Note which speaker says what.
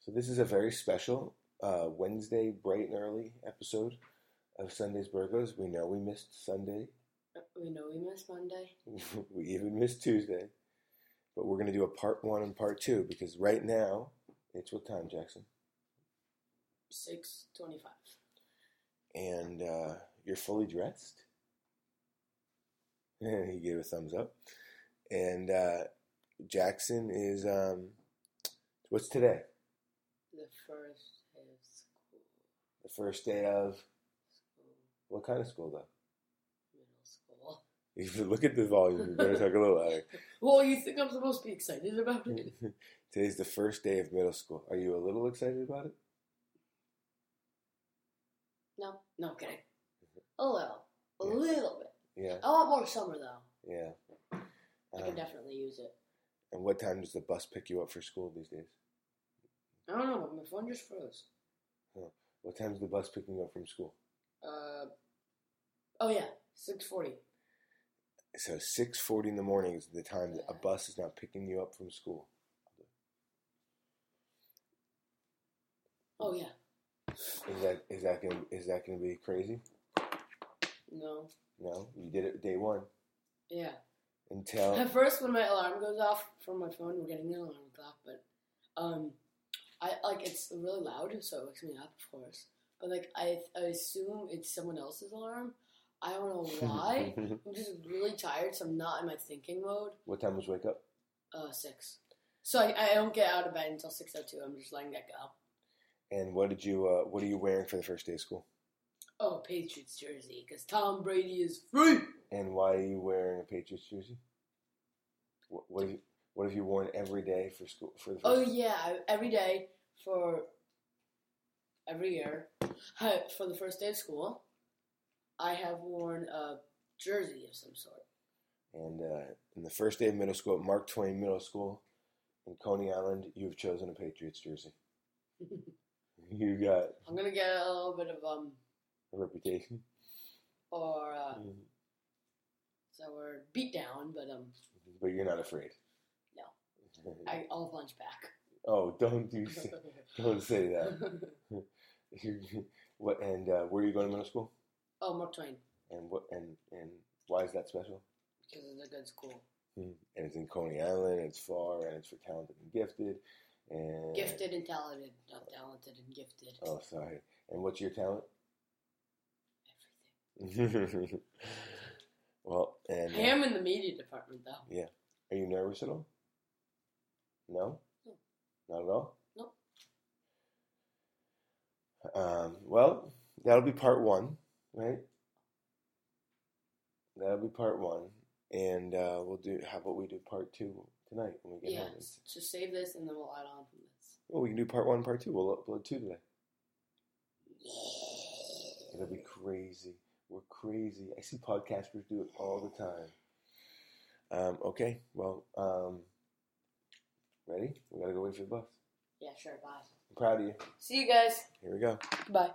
Speaker 1: So this is a very special uh, Wednesday bright and early episode of Sunday's Burgos. We know we missed Sunday.
Speaker 2: We know Uh, we missed Monday.
Speaker 1: we even missed Tuesday. But we're going to do a part one and part two because right now it's what time, Jackson?
Speaker 2: Six twenty-five.
Speaker 1: And uh, you're fully dressed. he gave a thumbs up. And uh, Jackson is, um, what's today?
Speaker 2: The first day of school.
Speaker 1: The first day of
Speaker 2: School.
Speaker 1: what kind of school, though?
Speaker 2: Middle school.
Speaker 1: If you look at the volume, you better talk a little louder.
Speaker 2: Well, you think I'm supposed to be excited about
Speaker 1: Mm-hmm.
Speaker 2: it?
Speaker 1: Today's the first day of middle school. Are you a little excited about it?
Speaker 2: no. No, I'm kidding. A little. A
Speaker 1: Yeah.
Speaker 2: little bit.
Speaker 1: Yeah,
Speaker 2: I want more summer, though.
Speaker 1: yeah.
Speaker 2: I
Speaker 1: Um,
Speaker 2: can definitely use it.
Speaker 1: and what time does the bus pick you up for school these days?
Speaker 2: I don't know, but my phone just froze.
Speaker 1: What time's the bus picking you up from school?
Speaker 2: Uh, oh, yeah. 640.
Speaker 1: So six forty in the morning is the time that a bus is not picking you up from school.
Speaker 2: Oh, yeah.
Speaker 1: Is that is that gonna is that gonna be crazy?
Speaker 2: No.
Speaker 1: No, you did it day one
Speaker 2: Yeah.
Speaker 1: until
Speaker 2: At first, when my alarm goes off from my phone, we're getting an alarm clock, but um, I like it's really loud, so it wakes me up, of course. But like I, I assume it's someone else's alarm. I don't know why. I'm just really tired, so I'm not in my thinking mode.
Speaker 1: what time was wake up?
Speaker 2: Uh, six. So I, I don't get out of bed until six oh two. I'm just letting that go.
Speaker 1: And what did you uh, what are you wearing for the first day of school?
Speaker 2: Oh, Patriots jersey, because Tom Brady is free.
Speaker 1: And why are you wearing a Patriots jersey? What what, have you, what have you worn every day for school for the first?
Speaker 2: Oh yeah, I- every day for every year I- for the first day of school, I have worn a jersey of some sort.
Speaker 1: And uh, in the first day of middle school at Mark Twain Middle School in Coney Island, you have chosen a Patriots jersey. you got a
Speaker 2: I'm gonna get a little bit of um
Speaker 1: reputation.
Speaker 2: or uh, is that word beat down, but um
Speaker 1: But you're not afraid.
Speaker 2: No. I, I'll punch back.
Speaker 1: oh, don't do say, don't say that. You- what and uh, where are you going to middle school?
Speaker 2: oh, Mark Twain,
Speaker 1: And what and and why is that special?
Speaker 2: because it's a good school.
Speaker 1: And it's in Coney Island. It's far, and it's for talented and gifted. And
Speaker 2: Gifted and talented, not talented and gifted.
Speaker 1: Oh, sorry. And what's your talent?
Speaker 2: Everything.
Speaker 1: well, and uh,
Speaker 2: I am in the media department though.
Speaker 1: Are you nervous at all? No?
Speaker 2: No.
Speaker 1: Not at all?
Speaker 2: No.
Speaker 1: Um, well, that'll be part one, right? That'll be part one. And uh, we'll do, how about we do part two tonight when we get
Speaker 2: Yeah.
Speaker 1: home? It's-
Speaker 2: So save this, and then we'll add on from this.
Speaker 1: Well, we can do part one, part two. We'll upload two today. It'll be crazy. We're crazy. I see podcasters do it all the time. Um, okay, well, um, ready? We gotta go wait for the bus.
Speaker 2: Yeah, sure. Bye.
Speaker 1: I'm proud of you.
Speaker 2: See you guys.
Speaker 1: Here we go.
Speaker 2: Bye.